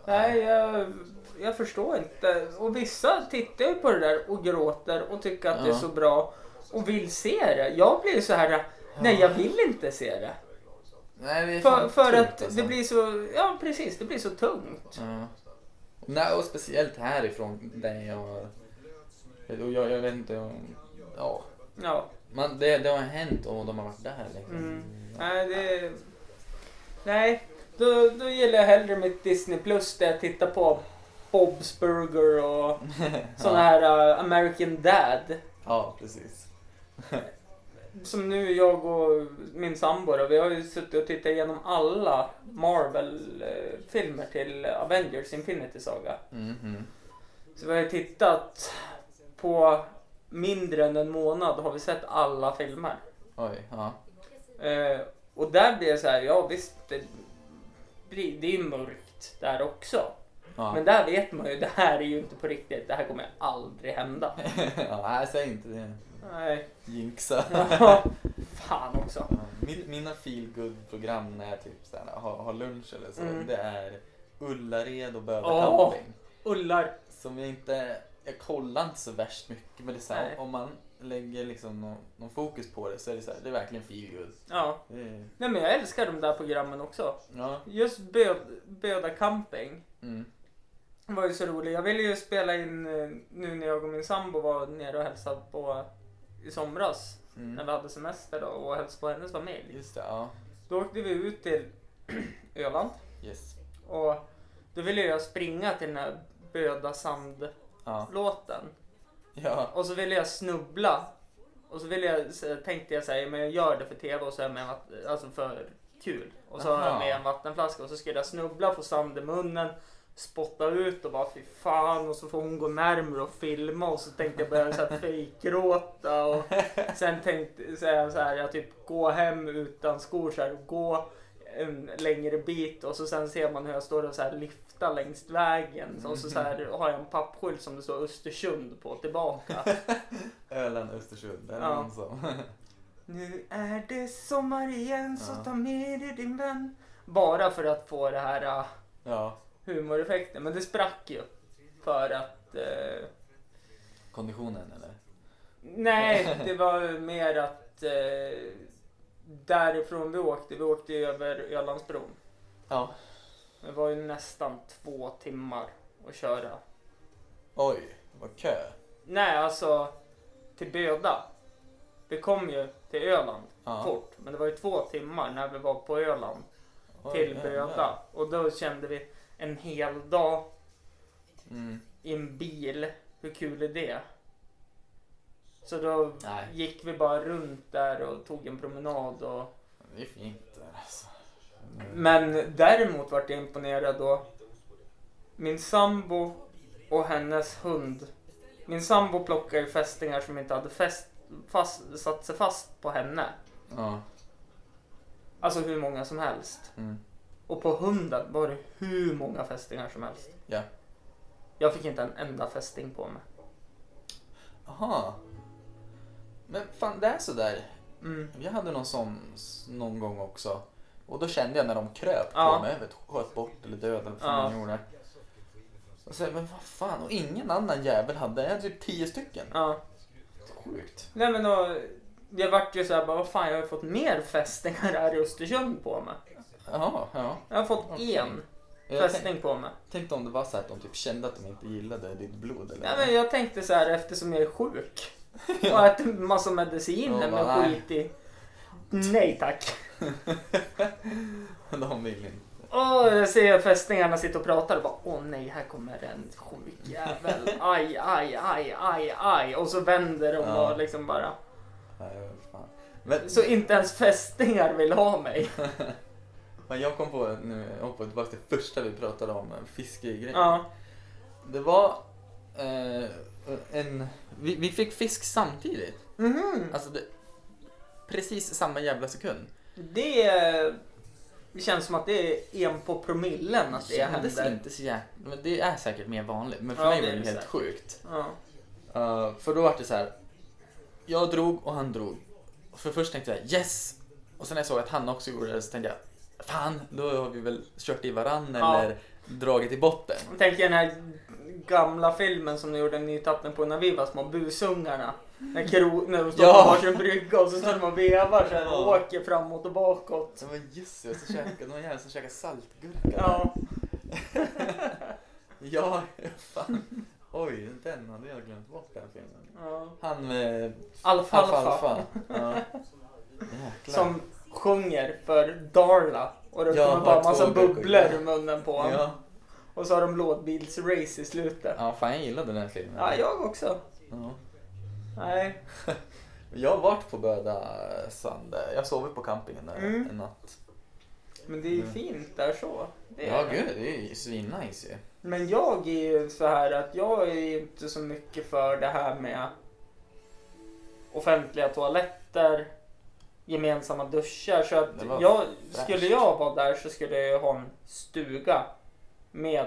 Nej, jag, jag förstår inte. Och vissa tittar ju på det där och gråter och tycker att det är Ja. så bra och vill se det. Jag blir ju så här, nej jag vill inte se det. Nej, det är För, fan för tungt, att alltså. det blir så, ja precis, det blir så tungt. Ja. Nej, och speciellt härifrån där jag... Och jag, jag vet inte om... Ja. Ja. Man, det, det har hänt och de har varit där liksom. Mm. Nej, det... Nej, då, då gillar jag hellre mitt Disney Plus där jag tittar på Bob's Burger [LAUGHS] och sådana här uh, American Dad. Ja, precis. Som nu jag och min sambo då, vi har ju suttit och tittat igenom alla Marvel-filmer till Avengers Infinity Saga. Mhm. Så vi har ju tittat på mindre än en månad har vi sett alla filmer. Oj, ja. Eh, och där blir det så här, ja visst, det, blir- det är ju mörkt där också. Ja. Men där vet man ju, det här är ju inte på riktigt, det här kommer aldrig hända. [LAUGHS] ja, nej, säg inte det. [LAUGHS] Nej. Jinxa. [LAUGHS] Ja, Fan också. Ja, Mitt, mina feel good program när jag typ såhär, har, har lunch eller så, Mm. det är Ullared och Åh. Bövercamping. Ullar. Som jag inte, jag kollar inte så värst mycket men det är så Nej. här, om man lägger liksom någon, någon fokus på det så är det så här, det är verkligen feel good. Ja. Det är- Nej men jag älskar de där programmen också. Ja. Just Bö Böda camping Mm. var ju så rolig. Jag ville ju spela in eh, nu när jag och min sambo var nere och hälsade på i somras när Mm. vi hade semester då och hälsade på hennes familj. Just det, ja. Då åkte vi ut till [CLEARS THROAT] Öland. Yes. Och då ville jag springa till den här Böda sand-låten. Ja. Ja. Och så ville jag snubbla. Och så ville jag, så tänkte jag säga, men jag gör det för tv och så är jag med en vatt- alltså för kul. Och så har jag Aha. med en vattenflaska och så skulle jag snubbla, få sand i munnen, spotta ut och bara fy fan. Och så får hon gå närmre och filma och så tänkte jag börja så här fejkgråta. Och sen tänkte så här, så här, jag typ gå hem utan skor så här, och gå en längre bit och så sen ser man hur jag står och så här lyfta längs vägen och så, så här, har jag en pappskylt som det står Östersund på tillbaka. Öland, Östersund, där är Ja. någon som... [LAUGHS] Nu är det sommar igen så Ja. ta med dig din vän. Bara för att få det här ah, ja. humoreffekten. Men det sprack ju. För att... Eh, Konditionen eller? [LAUGHS] nej, det var mer att... Eh, därifrån vi åkte, vi åkte ju över Ölandsbron. Ja. Det var ju nästan två timmar att köra. Oj, vad kö. Nej, alltså till Böda. Vi kom ju till Öland Ja. fort. Men det var ju två timmar när vi var på Öland Oj, till jävlar. Böda. Och då kände vi en hel dag Mm. i en bil. Hur kul är det? Så då Nej. gick vi bara runt där och tog en promenad. Och... Det är fint där alltså. Mm. Men däremot vart jag imponerad då. Min sambo och hennes hund. Min sambo plockade ju fästingar som inte hade fäst, fast, satt sig fast på henne. Ja. Alltså hur många som helst. Mm. Och på hunden var det hur många fästingar som helst. Ja. Jag fick inte en enda fästing på mig. Aha. Men fan, det är sådär. Mm. Jag hade någon sån s- någon gång också. Och då kände jag när de kröp Ja. på mig, jag vet, sköt bort eller dödade vad Ja. fan de gjorde. Och så, men vad fan, och ingen annan jävel hade, jag hade typ tio stycken. Ja. Sjukt. Nej men då, jag vart ju såhär bara, vad fan jag har ju fått mer fästingar här i Östersund på mig. Jaha, ja. Jag har fått Okej. en Jag tänk, fästing på mig. tänkte om det var så här att de typ kände att de inte gillade ditt blod eller Nej men jag tänkte så här eftersom jag är sjuk och har [LAUGHS] ja. ätit en massa mediciner Ja, bara, med nej. skit i. Nej tack. [LAUGHS] De vill inte. Och jag ser fästingarna sitta och prata och bara åh nej här kommer en sjuk [LAUGHS] jävel. Aj, aj, aj, aj, aj. Och så vänder de Ja. och liksom bara. Nej, jag vet fan. Men, Så inte ens fästingar vill ha mig. men jag kom på nu, jag hoppade tillbaka till första vi pratade om, eh, fiskegrejen. Ja. Det var eh, en... Vi, vi fick fisk samtidigt. Mhm. Alltså det, precis samma jävla sekund. Det eh, känns som att det är en på promillen att det kändes händer. inte så jäkla... Men det är säkert mer vanligt, men för Ja, mig det var det är helt det säkert. sjukt. Ja. Eh, för då var det så här. Jag drog och han drog. Och För först tänkte jag yes! Och sen när jag såg att han också gjorde det så tänkte jag fan, då har vi väl kört i varann Ja. eller dragit i botten. Jag tänker den här gamla filmen som de gjorde en ny tappning på när vi var små, Busungarna. När, kro, när de står Ja. på varsin brygga och så står de och vevar så här och Ja. åker framåt och bakåt. Så men just det, och så käkade någon jävel som käkade saltgurka. Ja. Ja, [LAUGHS] fan. Oj, den hade jag glömt bort den filmen. ja. Han med Alfalfa, [LAUGHS] alfalfa. Ja. Jäklar. som sjunger för Darla. Och det Ja, kommer bara har massa två bryggor. bubblor i munnen på honom. ja. Och så har de lådbilsrace i slutet. Ja. ja, fan jag gillade den här filmen. jag också. Ja. Nej. Jag har varit på Böda söndag. Jag sov ju på campingen där Mm. en natt. Men det är ju Mm. fint där så. Det är Ja, det. gud, det är ju svinnice ju. Men jag är ju så här att jag är inte så mycket för det här med offentliga toaletter, gemensamma duschar. Så att Det var jag, fräscht. skulle jag vara där så skulle jag ha en stuga med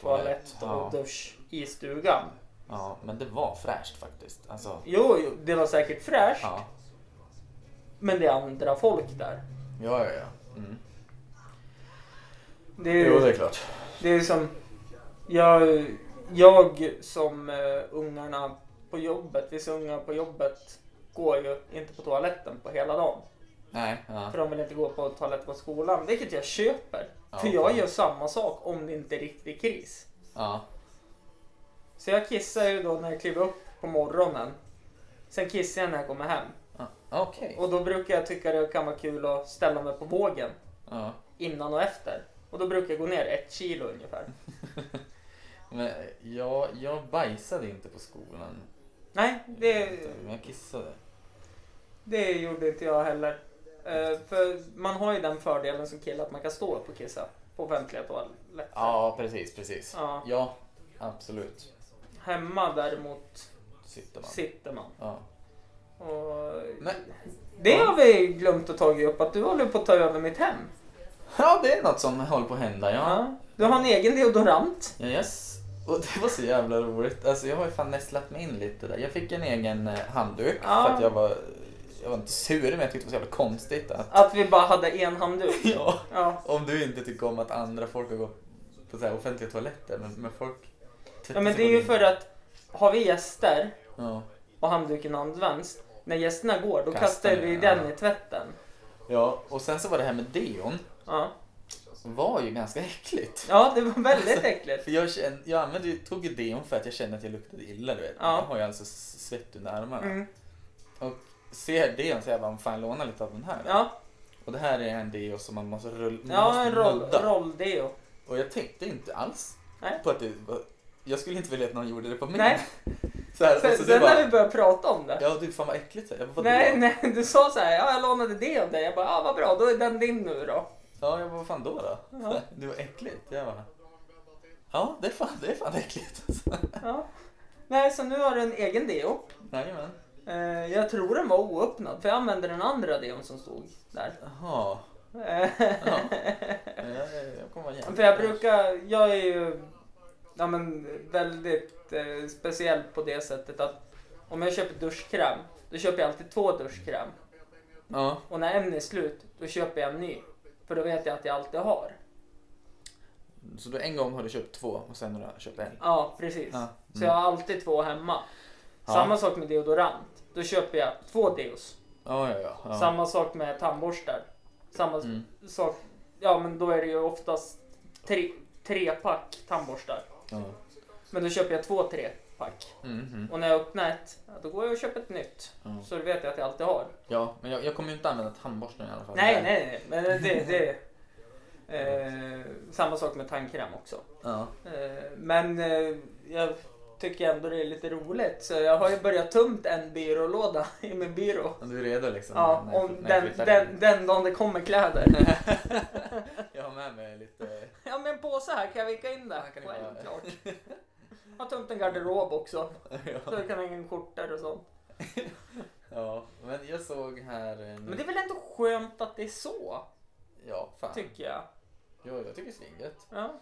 toalett och Ja. dusch i stugan. ja, men det var fräscht faktiskt. Alltså, Jo, jo, det var säkert fräscht, ja. men det är andra folk där. Ja, ja, ja. Mm. Det är ju- Jo, det är klart. Det är som, jag, jag som eh, ungarna på jobbet, vissa ungar på jobbet går ju inte på toaletten på hela dagen. Nej, ja. För de vill inte gå på toaletten på skolan, vilket jag köper. Ja, för jag fan. gör samma sak om det inte är riktig kris. ja. Så jag kissar ju då när jag kliver upp på morgonen. Sen kissar jag när jag kommer hem. ja. Okej. Och då brukar jag tycka det kan vara kul att ställa mig på vågen Ja. innan och efter. Och då brukar jag gå ner ett kilo ungefär. Men jag, jag bajsade inte på skolan. Nej, det, Men jag kissade. Det gjorde inte jag heller. Eh, för man har ju den fördelen som kille att man kan stå upp och kissa på offentliga toaletter. Ja, precis, precis. Ja. Ja, absolut. Hemma däremot Sitter man. sitter man. Ja. Och Men, det har vi glömt att ta upp, att du håller på att ta över mitt hem. ja, det är något som håller på att hända, ja. Ja. Du har en egen deodorant. ja yes. Och det var så jävla roligt. Alltså, jag har ju fan nästlat mig in lite där. Jag fick en egen eh, handduk Ja. för att jag var, jag var inte sur, men jag tyckte det var så jävla konstigt att... [LAUGHS] Att vi bara hade en handduk. Ja. Ja. Om du inte tycker om att andra folk har gått på så här offentliga toaletter, men, men folk... ja men det är ju för att har vi gäster Ja. och handduken används, när gästerna går då Kastar kastar vi den, den ja. i tvätten. ja, och sen så var det här med deon. Ja, var ju ganska äckligt. ja det var [LAUGHS] väldigt äckligt. För jag, kände, jag använde, ju- tog ju deon för att jag kände att jag luktade illa, du vet. Ja. Jag har ju alltså s- svett under armarna. Mm. ser deon så jag bara, fan låna lite av den här. Ja, Och det här är en deo som man måste rulla, man ja måste en roll, nudda. rolldeo. Och jag tänkte inte alls Nej. på att det var, jag skulle inte vilja att någon gjorde det på mig. [LAUGHS] Nej. Så här, Sen, och så du sen Alltså, bara, när vi började prata om det. ja du fan vad äckligt. Så här. Jag bara, vadå? nej, nej, du sa så här, ja jag lånade det av dig. Jag bara, ja vad bra, då är den din nu då. Ja, jag bara, vad fan då då? [LAUGHS] Ja. Det var äckligt. Jag bara, ja det är fan, det är fan äckligt. alltså. Ja. Nej, så nu har du en egen deo. Jajamän. Eh, jag tror den var oöppnad, för jag använde den andra deon som stod där. Jaha. Eh, Ja. [LAUGHS] Jag, jag, jag kommer vara jävligt för jag brukar, jag är ju ja, men, väldigt eh, speciell på det sättet att om jag köper duschkräm, då köper jag alltid två duschkräm. Ja. Och när en är slut, då köper jag en ny. För då vet jag att jag alltid har. Så då en gång har du köpt två och sen har du köpt en. Ja, precis. Ja. Mm. Så jag har alltid två hemma. Ja. Samma sak med deodorant. Då köper jag två deos. Ja, ja, ja. ja. Samma sak med tandborstar. Samma s- Mm. sak. Ja, men då är det ju oftast tre, tre pack tandborstar. Ja. Men då köper jag två tre pack. Mm, mm. Och när jag öppnar ett, ja, då går jag och köper ett nytt. Ja. Så det vet jag att jag alltid har. ja, men jag, jag kommer ju inte använda tandborsten i alla fall. Nej, nej, nej. Men det, det eh, samma sak med tandkräm också. Ja. Eh, men eh, jag tycker ändå det är lite roligt. Så jag har ju börjat tömt en byrålåda i min byrå. Men du är redo liksom? Ja, när jag- om när jag den, flyttar den, in. den dagen det kommer kläder. [LAUGHS] Jag har med mig lite... Ja men en påse här, kan jag vika in det? Här kan ni ha det. Självklart. Jag har tömt en garderob också. Så [LAUGHS] ja. jag kan hänga in skjortor och sånt. ja, men jag såg här... En... Men det är väl ändå skönt att det är så, Ja, fan. tycker jag. Jo, jag tycker svinget. Ja.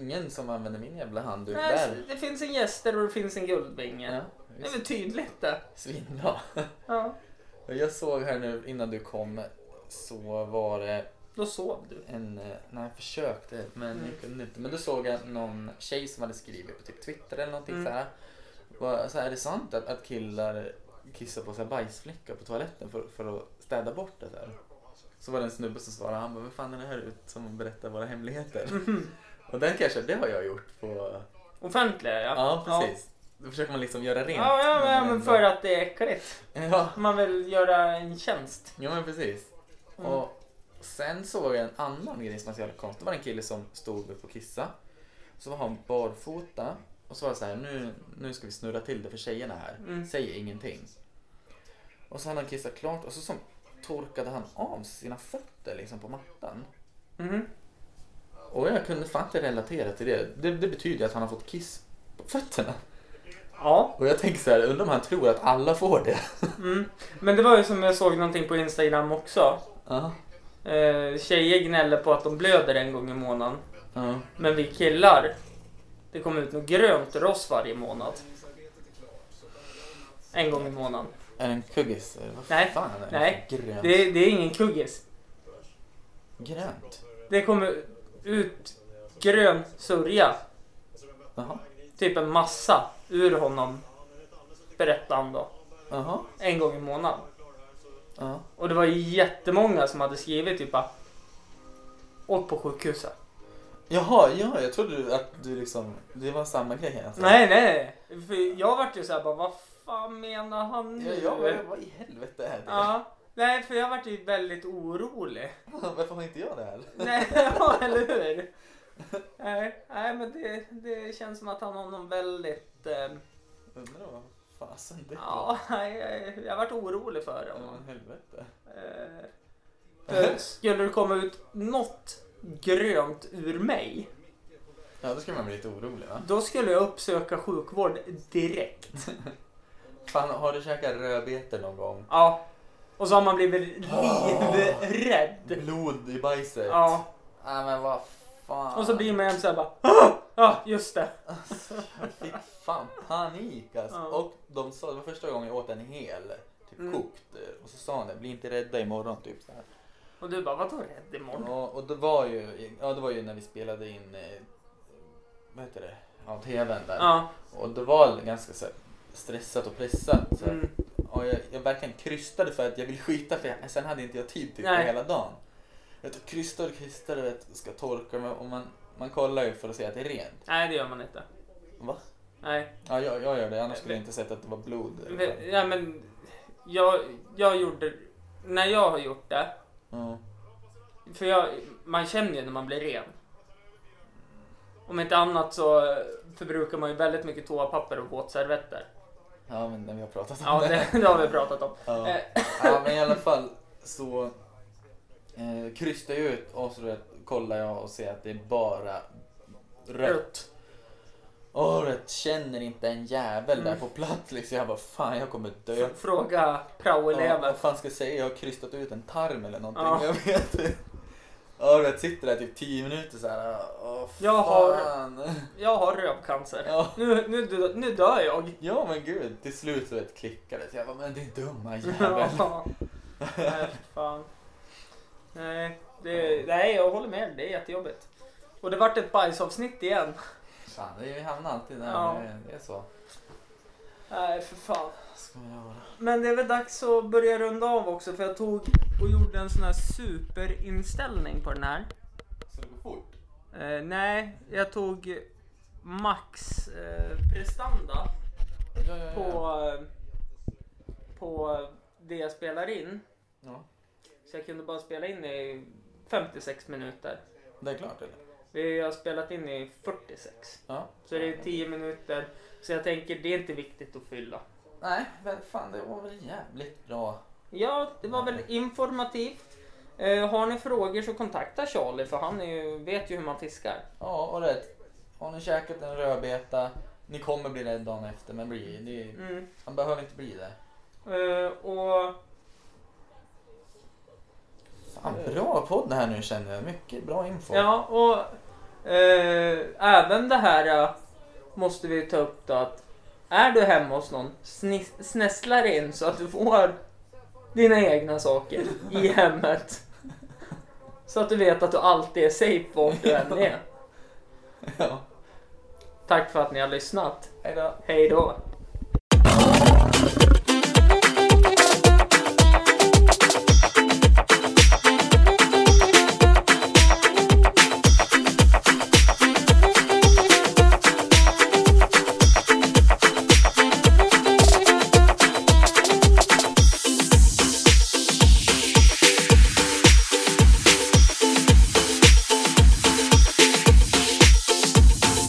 Ingen som använder min jävla handduk Nej, där. så det finns en gäster och det finns en guldvinge. Ja, Det är visst. väl tydligt det. Svinbra. Ja. Och Jag såg här nu innan du kom så var det Då sov [LAUGHS] du. en, eh, nej jag försökte men Mm. jag kunde inte. Men då såg jag någon tjej som hade skrivit på typ Twitter eller någonting Mm. så här. Var, så här, är det sant att, att killar kissar på så här bajsfläckar på toaletten för, för att städa bort det där? Så var det en snubbe som svarade, han bara, vad fan är det här ut som berättar [LAUGHS] våra hemligheter? Och den kanske, det har jag gjort på, Offentliga ja. ja precis. Då försöker man liksom göra rent. Ja, ja, när ja man men ändå- för att det är äckligt. Ja, Man vill göra en tjänst. Ja men precis. Mm. Och sen såg jag en annan grej som var så jävla konstig. Det var en kille som stod upp och kissa. Så var han barfota. Och så var det så här, nu, nu ska vi snurra till det för tjejerna här. Mm. Säg ingenting. Och så hade han kissat klart och så som, torkade han av sina fötter liksom på mattan. Mhm. Och jag kunde fan inte relatera till det. Det, det betyder ju att han har fått kiss på fötterna. Ja. Och jag tänker så här, undrar om han tror att alla får det. Mm. Men det var ju som jag såg någonting på Instagram också. Ja. Eh, tjejer gnäller på att de blöder en gång i månaden. Ja. Men vi killar, det kommer ut något grönt ur oss varje månad. En gång i månaden. Är det en kuggis? Vad Nej. fan är det? Nej. Grönt. Det, är- det är ingen kuggis. Grönt? Det kommer ut grön sörja, Jaha. typ en massa, ur honom. Berättade han då. Jaha. En gång i månaden. Ja. Och det var ju jättemånga som hade skrivit typ bara, Åk på sjukhuset. Jaha, ja, jag trodde du- att du liksom... Det var samma grej alltså. Nej, nej, nej. För jag vart ju såhär bara, vad fan menar han Ja, jag bara, vad i helvete är det? Ja, nej för jag vart ju väldigt orolig. [LAUGHS] [LAUGHS] Varför har inte jag det här? Nej, ja, eller hur? Nej, nej men det, det känns som att han har någon väldigt... Eh, Undrar vad fasen det ja, nej, [LAUGHS] jag, jag vart orolig för var. Ja, men honom. helvete. Eh, för skulle det komma ut något grönt ur mig, Ja, då ska man bli lite orolig va? då skulle jag uppsöka sjukvård direkt. Fan, har du käkat rödbetor någon gång? Ja. Och så har man blivit livrädd. Blod i bajset? Ja. Nej men vad fan. Och så blir man hem såhär bara "Ah, Ja, just det. Jag fick fan panik alltså. Ja. Och de sa, det var första gången jag åt en hel. Typ Mm. kokt. Och så sa han det, bli inte rädda imorgon typ så här. Och du bara, vadå rädd imorgon? Ja, och det var ju, ja, det var ju när vi spelade in, eh, vad heter det, ja, tvn där. Ja. Och det var ganska så här, stressat och pressat. Så här. Mm. Och jag, jag verkligen krystade för att jag ville skita för jag, men sen hade inte jag tid typ på Nej. hela dagen. Jag vet, och krystade och krystade vet, ska torka mig och man, man kollar ju för att se att det är rent. Nej, det gör man inte. Va? Nej. Ja, jag, jag gör det, annars skulle jag inte sett att det var blod. Nej, men jag, jag gjorde, när jag har gjort det, Ja. för jag, man känner ju när man blir ren. Om inte annat så eh, förbrukar man ju väldigt mycket toapapper och våtservetter. ja, men vi har pratat om Ja, det. det, det har vi pratat om. Ja. Eh, ja, men i alla fall så eh, krystar jag ut och så kollar jag och ser att det är bara rött. Och rött känner inte en jävel där Mm. på plats liksom. Jag bara fan jag kommer dö. f- Fråga Ja, praoelever. vad fan ska jag säga? Jag har krystat ut en tarm eller någonting. Ja. Jag vet inte. Ja, du vet, sitter där typ 10 minuter så här. Åh, fan. Jag har- Jag har rövcancer. Ja. Nu, nu, dö- nu dör jag. ja, men gud. Till slut så vet, klickade det. Så Jag bara, men din dumma jävel. [LAUGHS] Ja. Nej, fan. Nej, det, nej, jag håller med. Det är jättejobbigt. Och det vart ett bajsavsnitt igen. Fan, det är- vi hamnar alltid där. Ja. Det- Det är så. Nej, för fan. Ska man göra. Men det är väl dags att börja runda av också för jag tog och gjorde en sån här superinställning på den här. Så det går fort? Eh, nej, jag tog max eh, prestanda Ja, ja, på, ja. eh, på det jag spelar in. ja. Så jag kunde bara spela in i 56 minuter. Det är klart eller? Vi har spelat in i 46. Ja. Så det är 10 minuter. Så jag tänker det är inte viktigt att fylla. Nej, men fan det var väl jävligt bra. Ja, det var väl informativt. Eh, har ni frågor så kontakta Charlie för han är ju, vet ju hur man fiskar. Ja, och rätt. Har ni käkat en rödbeta? Ni kommer bli rädda dagen efter, men bli, det, Mm. man behöver inte bli det. Eh, och Fan, bra podd här nu känner jag. Mycket bra info. Ja, och eh, även det här eh, måste vi ta upp då att är du hemma hos någon, snis- snässla dig in så att du får dina egna saker [LAUGHS] i hemmet. Så att du vet att du alltid är safe vart du än är. [LAUGHS] Ja. Tack för att ni har lyssnat. Hej då. Hej då!